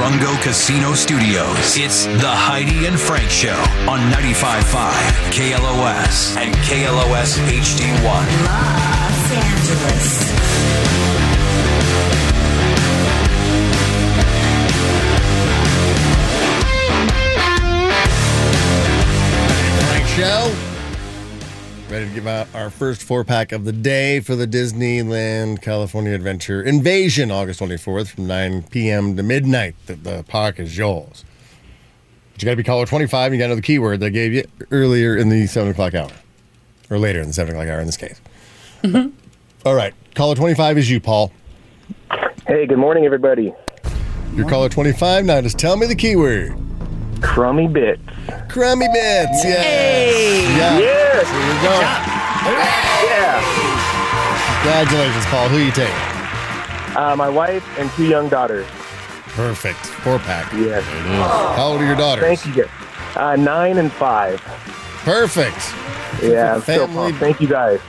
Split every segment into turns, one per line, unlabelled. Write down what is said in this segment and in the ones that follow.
Mungo Casino Studios. It's the Heidi and Frank Show on 95.5 KLOS and KLOS HD1.
Los Angeles.
Frank Show. Ready to give out our first four pack of the day for the Disneyland California Adventure Invasion, August 24th from 9 p.m. to midnight. The, the park is yours. But you got to be caller 25. You got to know the keyword they gave you earlier in the 7 o'clock hour, or later in the 7 o'clock hour in this case. All right. Caller 25 is you, Paul.
Hey, good morning, everybody.
Your caller 25 now. Just tell me the keyword.
Crummy bits.
Crummy bits. Yes. Yeah.
Yes.
Here we go.
Yeah.
Congratulations, Paul. Who you take?
Uh, my wife and two young daughters.
Perfect. Four pack.
Yes.
How old are your daughters?
Thank you. guys. Uh, nine and five.
Perfect.
Yeah. I'm so
Family-
pumped. Thank you guys.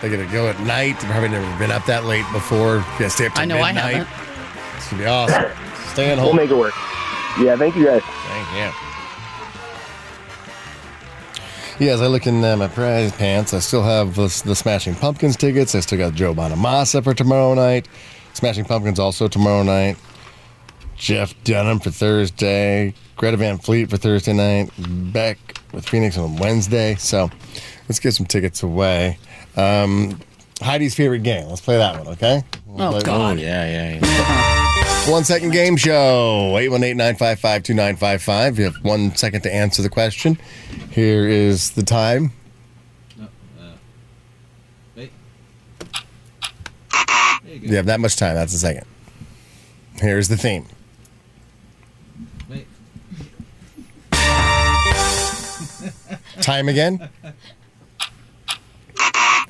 They're gonna go at night. They've probably never been up that late before. Gonna stay up till
I know I
midnight.
haven't.
It's gonna be awesome. Stay at
We'll
home.
make it work. Yeah. Thank you guys.
Thank you. Yeah, as I look in uh, my prize pants, I still have the, the Smashing Pumpkins tickets. I still got Joe Bonamassa for tomorrow night. Smashing Pumpkins also tomorrow night. Jeff Dunham for Thursday. Greta Van Fleet for Thursday night. Beck with Phoenix on Wednesday. So let's give some tickets away. Um, Heidi's favorite game. Let's play that one, okay? We'll
Oh,
play-
God.
Oh, yeah, yeah, yeah.
one second game show. 818 955 2955. You have one second to answer the question. Here is the time.
uh, Wait.
You have that much time. That's a second. Here's the theme.
Wait.
Time again.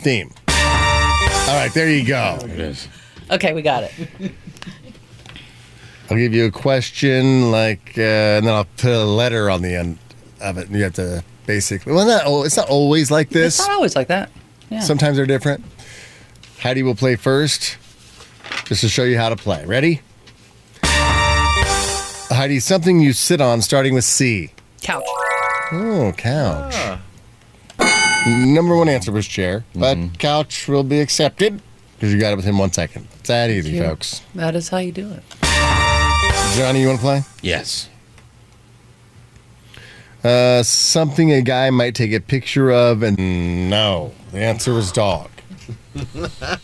theme. All right, there you go.
It is.
Okay, we got it.
I'll give you a question, like, uh, and then I'll put a letter on the end of it, and you have to basically. Well, not. al- It's not always like this.
It's not always like that. Yeah.
Sometimes they're different. Heidi will play first, just to show you how to play. Ready? Heidi, something you sit on, starting with C.
Couch.
Oh, couch. Number one answer was chair, but couch will be accepted because you got it within one second. It's that easy,
Yeah.
folks.
That is how you do it.
Johnny, you want to play?
Yes.
Uh, something a guy might take a picture of, and no, the answer was dog.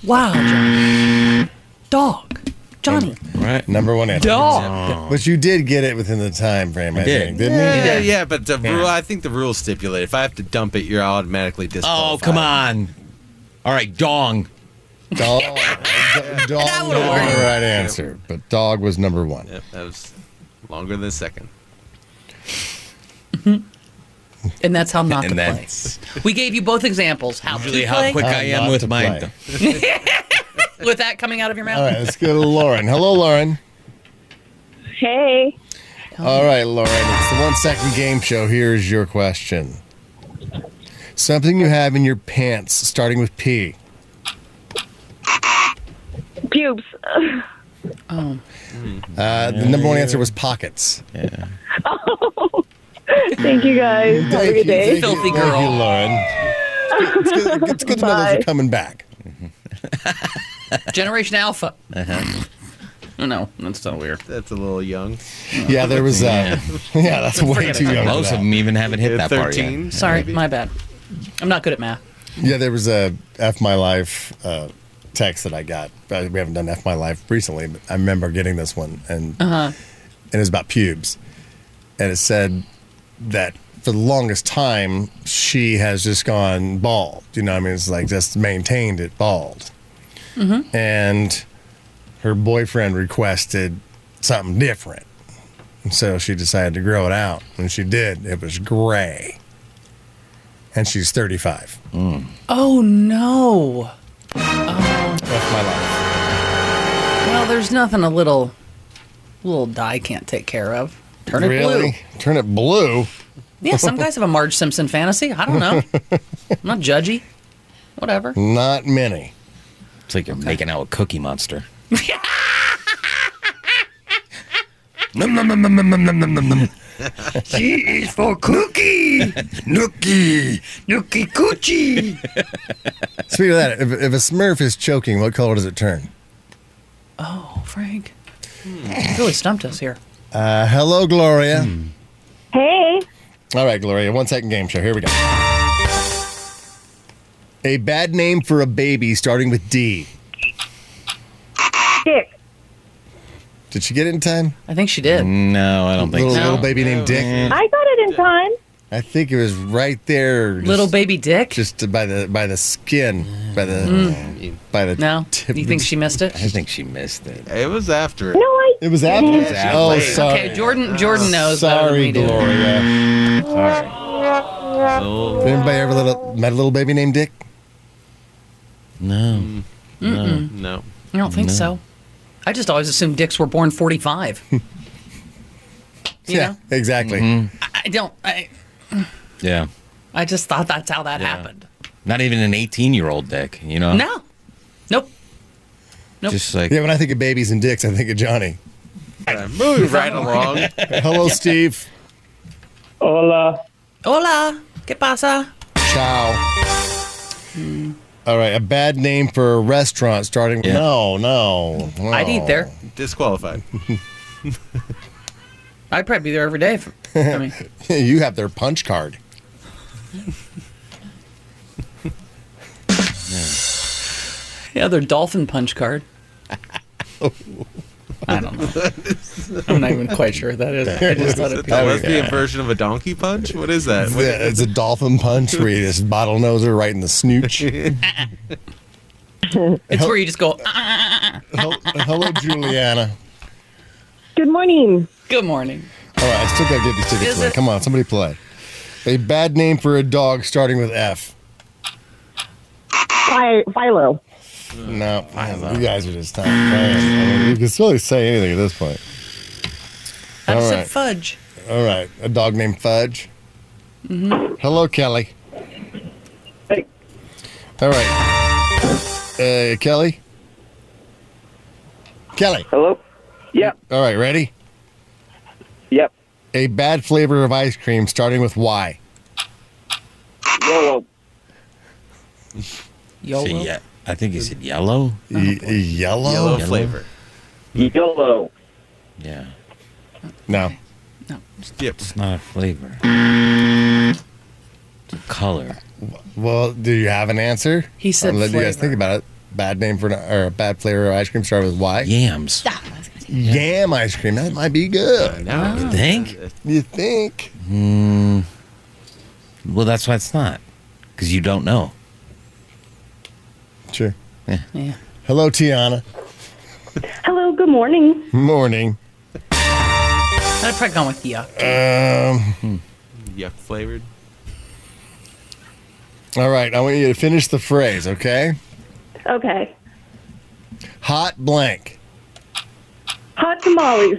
Wow, Johnny. Dog. Johnny.
Right?
Number one answer.
Dog.
But you did get it within the time frame, I,
did.
think, didn't you?
Yeah, yeah, but the rule, I think the rules stipulate if I have to dump it, you're automatically
Oh,
disqualified.
come on. All right, dong.
Dog. dog was the right answer, but dog was number one.
Yep, that was longer than a second.
And that's how not to
And
play.
that's
We gave you both examples how
usually
to play
how quick I
How
am
not
with
to
my.
play.
with that coming out of your mouth.
All right, let's go to Lauren. Hello, Lauren.
Hey,
All right, Lauren. It's the one second game show. Here's your question Something you have in your pants, starting with P.
pubes.
Uh, the number one answer was pockets.
Thank you guys. Have a
Thank you,
good day.
thank you,
Filthy
thank
girl.
you, Lauren. It's good, it's good- it's good to know those are
Bye.
coming back.
Generation Alpha. Oh, no, that's so weird.
That's a little young.
Yeah, there was. Uh, yeah, that's way too young. for
Most
that.
of them even haven't hit
Yeah,
that part yet.
13.
Sorry, my bad. I'm not good at math.
Yeah, there was a F my life uh, text that I got. Uh, We haven't done F my life recently, but I remember getting this one, and and it was about pubes, and it said that for the longest time she has just gone bald. You know, what I mean, it's like just maintained it bald, and her boyfriend requested something different, and so she decided to grow it out. When she did, it was gray, and she's thirty five.
Oh, no.
F my life.
Well, there's nothing a little little dye can't take care of. Turn it blue.
Turn it blue.
Yeah, some guys have a Marge Simpson fantasy. I don't know. I'm not judgy. Whatever.
Not many.
It's like you're making out with Cookie Monster.
Nom, nom, nom, nom, nom, nom, nom, nom, nom, nom. she is for cookie. Nookie. Nookie coochie. Speaking of that, if, if a smurf is choking, what color does it turn?
Hmm.
Oh, Frank. You really stumped us here.
Uh, hello, Gloria.
Hey.
All right, Gloria, one second game show. Here we go. A bad name for a baby starting with D.
Dick.
Did she get it in time?
I think she did.
Hmm. No, I don't think
Little,
so.
little baby named Dick.
I got it in time.
I think it was right there. just-
Little baby dick?
just by the by the skin, by the by the
Hmm. no?
tip.
You think she missed it?
I think she missed it.
It was after it.
No, I.
It was after.
after.
Oh,
Okay,
sorry.
Uh,
Okay, Jordan Jordan knows better than
Sorry,
we do.
Gloria.
Oh,
Did anybody ever little, met a little baby named Dick?
No.
no.
I don't think so. I just always assumed dicks were born 45. you know?
exactly.
Mm-hmm.
I don't I
Yeah.
I just thought that's how that happened.
Not even an 18 year old dick, you know?
No. Nope. Nope.
Just like,
Yeah, when I think of babies and dicks, I think of Johnny.
Uh, Move right along.
Hello, Steve.
Hola.
Hola. ¿Qué pasa?
Ciao. All right, a bad name for a restaurant starting.
Yeah.
No, no, no.
I'd eat there.
Disqualified.
I'd probably be there every day. If, I mean,
you have their punch card.
yeah, their dolphin punch card. I don't know. I'm not even quite sure what that is. I just thought it
That must be a version of a donkey punch. What is that? What-
Yeah, it's a dolphin punch where you just bottlenose her right in the snooch.
It's where you just go, "Ah,
Hel- Hello, Juliana.
Good morning.
good morning.
All right, I still gotta get these tickets
Is
away.
it-
Come on, somebody play. A bad name for a dog starting with F.
Phi- Philo.
Hmm.
No, you guys are just not playing. I mean, you can really say anything at this point.
I just
All
said
right.
fudge.
All right, a dog named Fudge.
Mm-hmm.
Hello, Kelly.
Hey.
All right, uh, Kelly. Kelly.
Hello. Yep.
All right, ready?
Yep.
A bad flavor of ice cream starting with Y.
Yellow.
Yo,
Say yeah. I think he said yellow.
Oh,
Y- E, yellow?
Yellow flavor.
Yellow.
Yeah.
No.
Yep.
It's not a flavor. It's a color.
Well, do you have an answer?
He said
I'll let you guys
flavor.
think about it. Bad name for an, or a bad flavor of ice cream started with Y.
Yams.
Yam ice cream. That might be good.
You think?
You think?
Well, that's why it's not. Because you don't know.
Sure.
Yeah.
Hello, Tiana.
Hello. Good morning.
Morning.
I'd probably gone with yuck.
Um.
Yuck flavored.
All right. I want you to finish the phrase. Okay.
Okay.
Hot blank.
Hot tamales.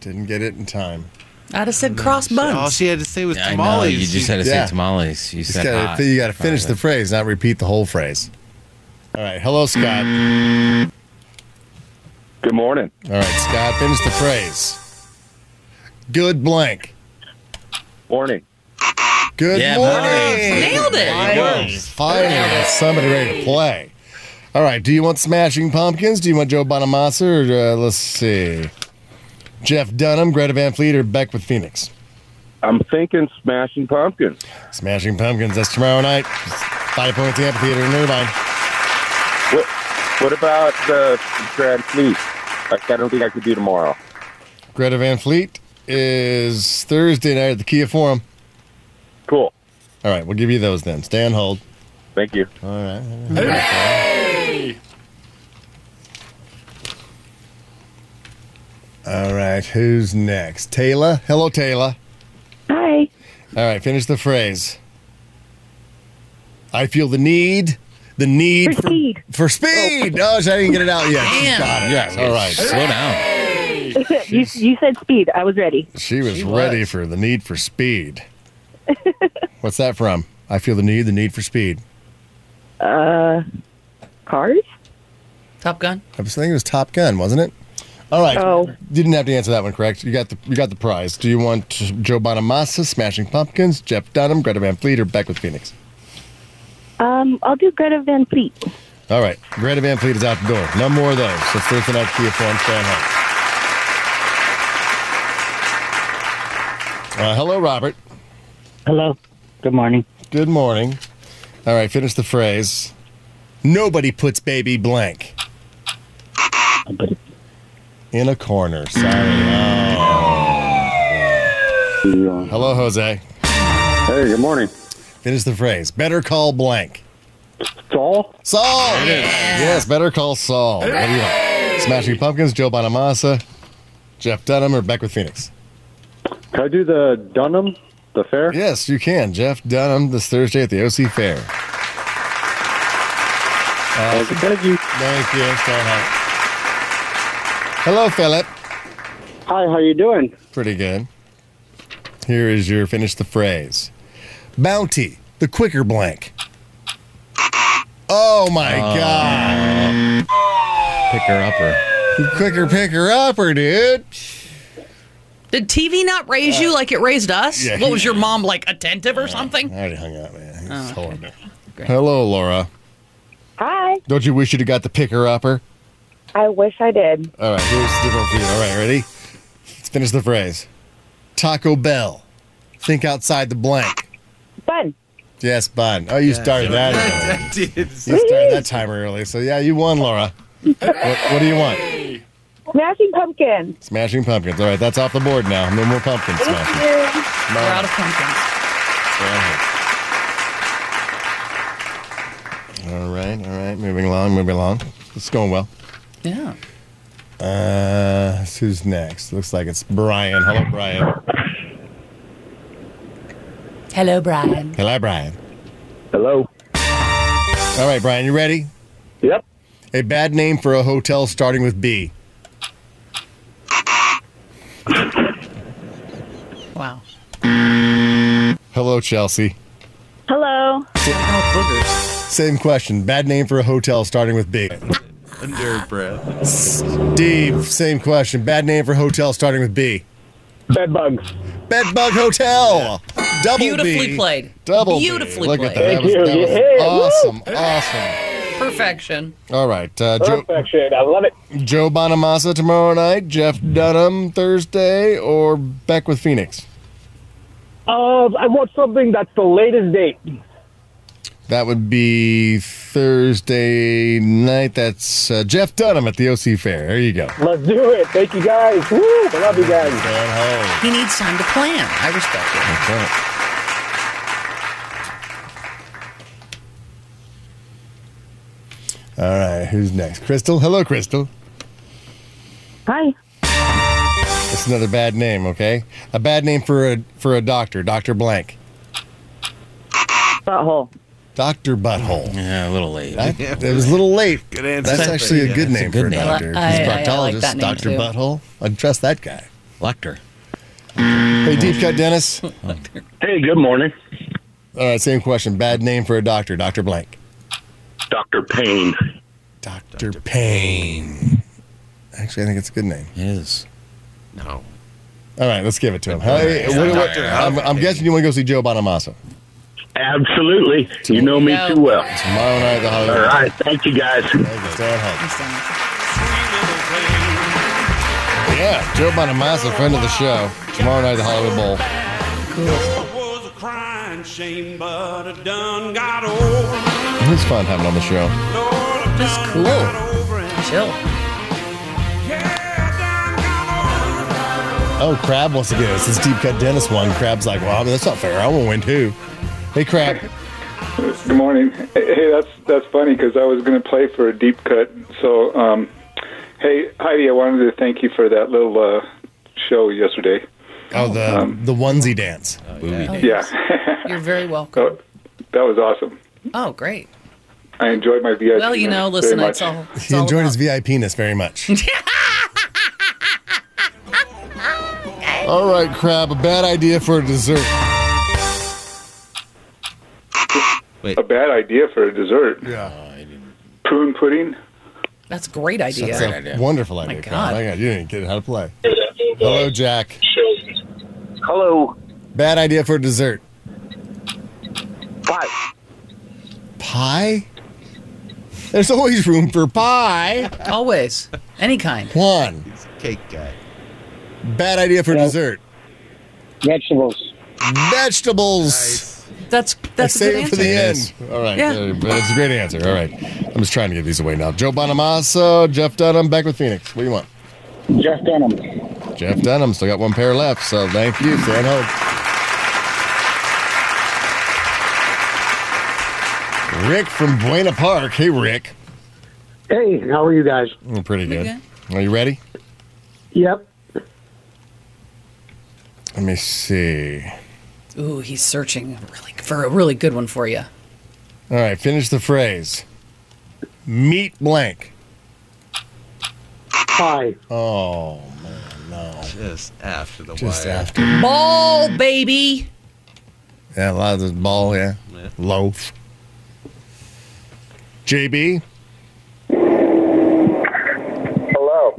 Didn't get it in time.
I'd have said cross buns.
All she had to say was
I know.
tamales.
You just
She-
had to
Yeah.
say tamales. You
Just
said
gotta,
hot.
you got to finish
Right.
the phrase, not repeat the whole phrase. All right. Hello, Scott.
Good morning.
All right, Scott. Finish the phrase. Good blank.
Morning.
Good
Yeah,
morning.
Nailed it.
Finally, there's somebody ready to play. All right, do you want Smashing Pumpkins? Do you want Joe Bonamassa? Or uh, let's see, Jeff Dunham, Greta Van Fleet, or Beck with Phoenix?
I'm thinking smashing pumpkins.
Smashing Pumpkins. That's tomorrow night. Five Points Amphitheater in Irvine.
What, what about the Grand Fleet? Like, I don't think I could do tomorrow.
Greta Van Fleet is Thursday night at the Kia Forum.
Cool.
All right, we'll give you those then. Stay on hold.
Thank you.
All right. All right, who's next? Taylor. Hello, Taylor.
Hi.
All right, finish the phrase. I feel the need, the need
For
for,
speed.
for speed. Oh, she didn't get it out yet. She's got it.
Yeah.
All right.
Slow down.
you, you said speed. I was ready.
She was ready for the need for speed. What's that from? I feel the need, the need for speed.
Cars.
Top Gun.
I was thinking it was Top Gun, wasn't it? All right.
Oh.
You didn't have to answer that one, correct? You got the you got the prize. Do you want Joe Bonamassa, Smashing Pumpkins, Jeff Dunham, Greta Van Fleet, or Back with Phoenix?
Um, I'll do Greta Van Fleet.
All right. Greta Van Fleet is out the door. No more of those. Let's listen up to you for I'm staying home. Uh, hello, Robert.
Hello. Good morning.
Good morning. All right, finish the phrase. Nobody puts baby blank
Nobody,
in a corner. Sorry. Oh. Hello, Jose.
Hey, good morning.
Finish the phrase. Better call blank.
Saul?
Saul. Yes, better call Saul. What do you want? Smashing Pumpkins, Joe Bonamassa, Jeff Dunham, or Beck with Phoenix.
Can I do the Dunham, the fair?
Yes, you can. Jeff Dunham this Thursday at the OC Fair.
Okay, thank you.
Thank you. Stay home. Hello, Philip.
Hi, how you doing?
Pretty good. Here is your finish the phrase. Bounty, the quicker blank. Oh my god.
Picker upper.
You quicker picker upper, dude.
Did TV not raise you like it raised us?
yeah.
What was your mom like attentive or something?
I already hung up, man. It's horrible.
Great.
Hello, Laura.
Hi.
Don't you wish you'd have got the picker upper?
I wish I did.
All right, here's the different for you. All right, ready? Let's finish the phrase. Taco Bell. Think outside the blank.
Fun.
Yes, bud. Oh, you started that. early.
Dude,
You started that time early. So, yeah, you won, Laura. what, what do you want?
Smashing pumpkin.
Smashing pumpkins. All right, that's off the board now. No more pumpkin smashing.
Thank you.
We're out of pumpkins.
All right, all right. Moving along, moving along. It's going well.
Yeah.
Uh, who's next? Looks like it's Brian. Hello, Brian.
Hello, Brian.
Hello, Brian.
Hello.
All right, Brian, you ready?
Yep.
A bad name for a hotel starting with B.
Wow.
Hello, Chelsea.
Hello.
Same question. Bad name for a hotel starting with B.
under breath.
Steve, same question. Bad name for hotel starting with B.
Bed bugs.
Bedbug Hotel. Double
Beautifully
B.
played.
Double B.
Beautifully
Look
played.
at that. That was,
Thank
that
you.
was
Yeah.
awesome. Awesome.
Perfection.
All right. Uh, Joe,
Perfection. I love it.
Joe Bonamassa tomorrow night, Jeff Dunham Thursday, or Beck with Phoenix.
Uh,
Um,
I want something that's the latest date.
That would be Thursday night. That's uh, Jeff Dunham at the OC Fair. There you go.
Let's do it. Thank you guys. Woo! I love you guys.
That's
He needs time to plan. I respect it.
right. All right, who's next? Crystal. Hello, Crystal.
Hi.
That's another bad name, okay? A bad name for a for a doctor, Doctor Blank,
Butthole.
Doctor Butthole.
Yeah, a little late.
That, that was a little late.
Good answer.
That's actually a good
that's a
name
good
for a
name.
doctor.
I-
He's
I-
a
I like
proctologist,
that name,
Doctor
too.
Butthole. I'd trust that guy.
Lecter.
Hey, Deep Cut Dennis. All
Hey, good morning.
right, same question. Bad name for a doctor, Doctor Blank.
Dr. Payne.
Doctor Payne. Actually, I think it's a good name.
It is.
No.
All right, let's give it to him. Hey,
It's
what-
not
what-
Dr.
I'm, I'm
Payne.
guessing you want to go see Joe Bonamassa
Absolutely. You know me
No.
too well.
tomorrow night at the
All
Hollywood.
right. Thank you guys.
Thank you. Stay at home. Yeah, Joe Bonamassa, friend of the show. Tomorrow night at the Hollywood Bowl.
was a crying shame, but it done got over.
It was fun having him on the show.
Lord, it
That's
done
cool.
got over and-
Chill.
Yeah, it done got over.
Oh, Crab wants to get us. This Deep Cut Dennis one. Crab's like, well, I mean, that's not fair. I want to win too. Hey, Crab.
Good morning. Hey, that's that's funny because I was going to play for a deep cut. So, um, hey Heidi, I wanted to thank you for that little uh, show yesterday.
Oh, the the onesie dance.
Yeah,
You're very welcome.
that was awesome.
Oh, great.
I enjoyed my VIP.
Well, you know,
very
listen,
much.
it's all. It's
He
all
enjoyed
about-
his VIPness very much. All right, Crab. A bad idea for a dessert.
a bad idea for a dessert.
Yeah.
Prune pudding.
That's a great idea.
That's a wonderful idea.
My
Kyle.
God.
My God, you didn't get how to play. Hello, Jack.
Hello.
Bad idea for dessert. Pie? There's always room for pie.
Always. Any kind.
One.
Cake guy.
Bad idea for dessert. Vegetables. Vegetables.
That's that's
I
a
save
good
it for the
answer.
end. All right.
Yeah.
there- That's a great answer. All right. I'm just trying to give these away now. Joe Bonamassa, Jeff Dunham, back with Phoenix. What do you want? Jeff Dunham. Jeff Dunham. Still got one pair left, so thank you. Stay on hold. Rick from Buena Park. Hey, Rick.
Hey, how are you guys?
I'm pretty good. Are you ready?
Yep.
Let me see.
Ooh, he's searching really, for a really good one for you.
All right, finish the phrase. Meat blank.
Pie.
Oh man, no.
Just after the
Just
wire.
after.
Ball, baby.
Yeah, a lot of this ball, yeah. Loaf. JB.
Hello.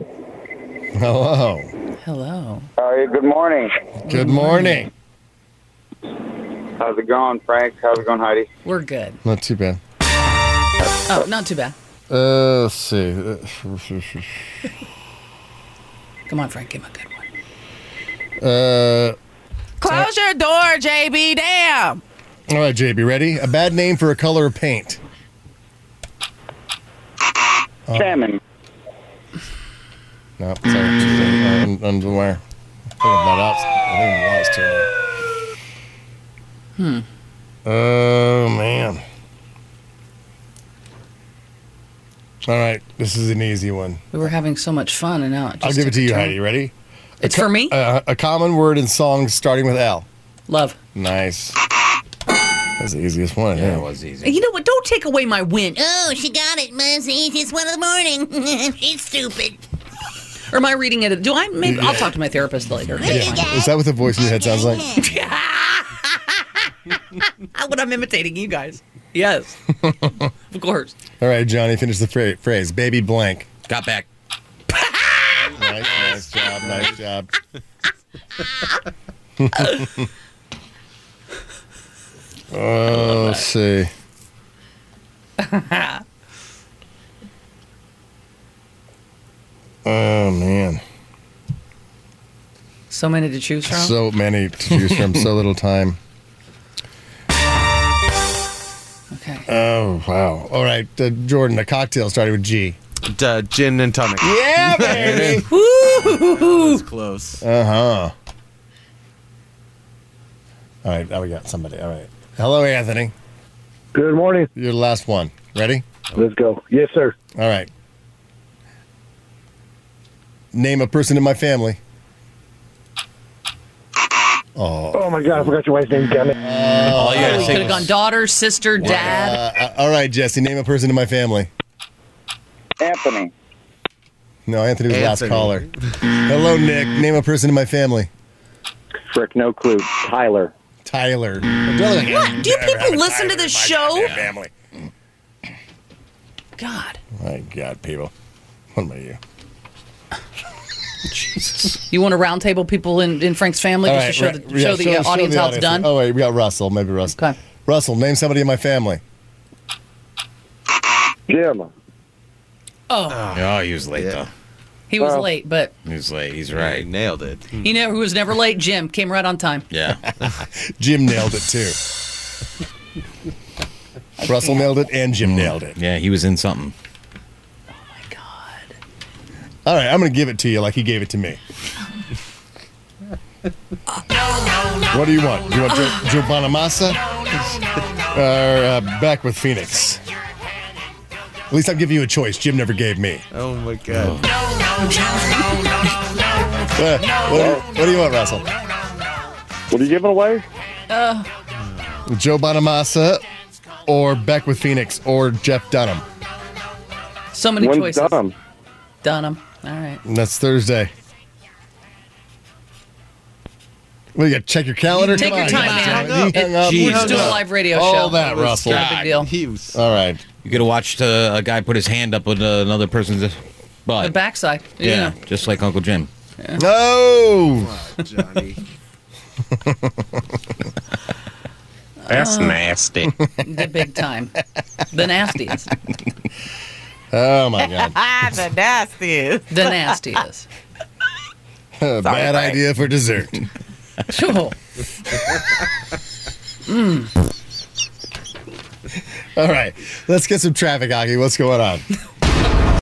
Hello.
Hello.
Uh, good morning.
Good morning.
How's it going, Frank? How's it going, Heidi?
We're good.
Not too bad.
Oh, not too bad.
Uh, let's see. Uh,
Come on, Frank. Give him a good.
Uh,
Close your door, JB. Damn.
all right, JB, ready? A bad name for a color of paint. Oh.
Salmon.
No, sorry. I'm, I'm aware. I think I'm not out. I think I'm lost here.
Hmm.
Oh man. All right, this is an easy one.
We were having so much fun, and now it just
I'll give it
took
to
a
you,
turn.
Heidi. Ready?
It's for me?
Uh, a common word in songs starting with L.
Love.
Nice. That's the easiest one. Yeah, it
was easy.
You know what? Don't take away my win.
Oh, she got it, Muzz. It's one in the morning. She's stupid.
Or am I reading it? Do I? Maybe I'll talk to my therapist later.
Is that what the voice in your head sounds like?
what I'm imitating you guys. Yes, of course.
All right, Johnny, finish the phra- phrase. Baby blank.
Got back.
nice, nice job, nice job. oh, let's see. Oh man,
So many to choose from.
so many to choose from, so little time.
Okay.
Oh wow! All right, uh, Jordan, a cocktail started with G.
Uh, gin and tonic.
Yeah, baby.
Woo! close.
Uh huh. All right, now we got somebody. All right. Hello, Anthony.
Good morning.
You're the last one. Ready?
Let's go. Yes, sir.
All right. Name a person in my family. Oh.
Oh my God, I forgot your wife's name. Damn it.
Oh,
we could have gone daughter, sister, dad.
Uh, all right, Jesse. Name a person in my family.
Anthony.
No, Anthony was the last
Anthony.
caller. Hello, Nick. Name a person in my family.
Frick, no clue. Tyler.
Tyler.
What? Do people listen to this show?
Family.
God.
My God, people. What about you?
You want to roundtable people in, in Frank's family
All
just to show
right,
the,
yeah,
show the uh, audience how it's done?
Oh wait, we got Russell. Maybe Russell. Russell, name somebody in my family.
Jim.
Oh,
Oh, he was late though.
he was late, but
He was late. He's right.
nailed it.
hmm.
you know who was never late? Jim came right on time.
Yeah.
Jim nailed it too. Russell nailed it and Jim nailed it.
Mm. Yeah, he was in something.
All right, I'm going to give it to you like he gave it to me. What do you want? Do you want Joe, Joe Bonamassa? Or uh, back with Phoenix? At least I'm giving you a choice. Jim never gave me.
Oh my god.
Uh, what, what do you want, Russell? What are you giving away?
Uh,
Joe Bonamassa or Beck with Phoenix or Jeff Dunham.
so many choices. Dunham. All right.
And that's Thursday. What do you got? Check your calendar.
Take
Come
your
on,
time
guys.
now.
He
Hung up.
hung up.
We're
He
just
hung
doing a
up.
live radio
All
show.
that,
It was
Russell.
not a big deal.
He was all right.
You could have watched uh, a guy put his hand up on uh, another person's butt.
The backside. you
yeah,
know.
just like Uncle Jim.
No.
Johnny.
That's Oh.
nasty.
The big time. The nastiest.
Oh my god.
the nastiest.
The nastiest.
Bad idea for dessert.
Sure.
All right. Let's get some traffic, Aki. What's going on?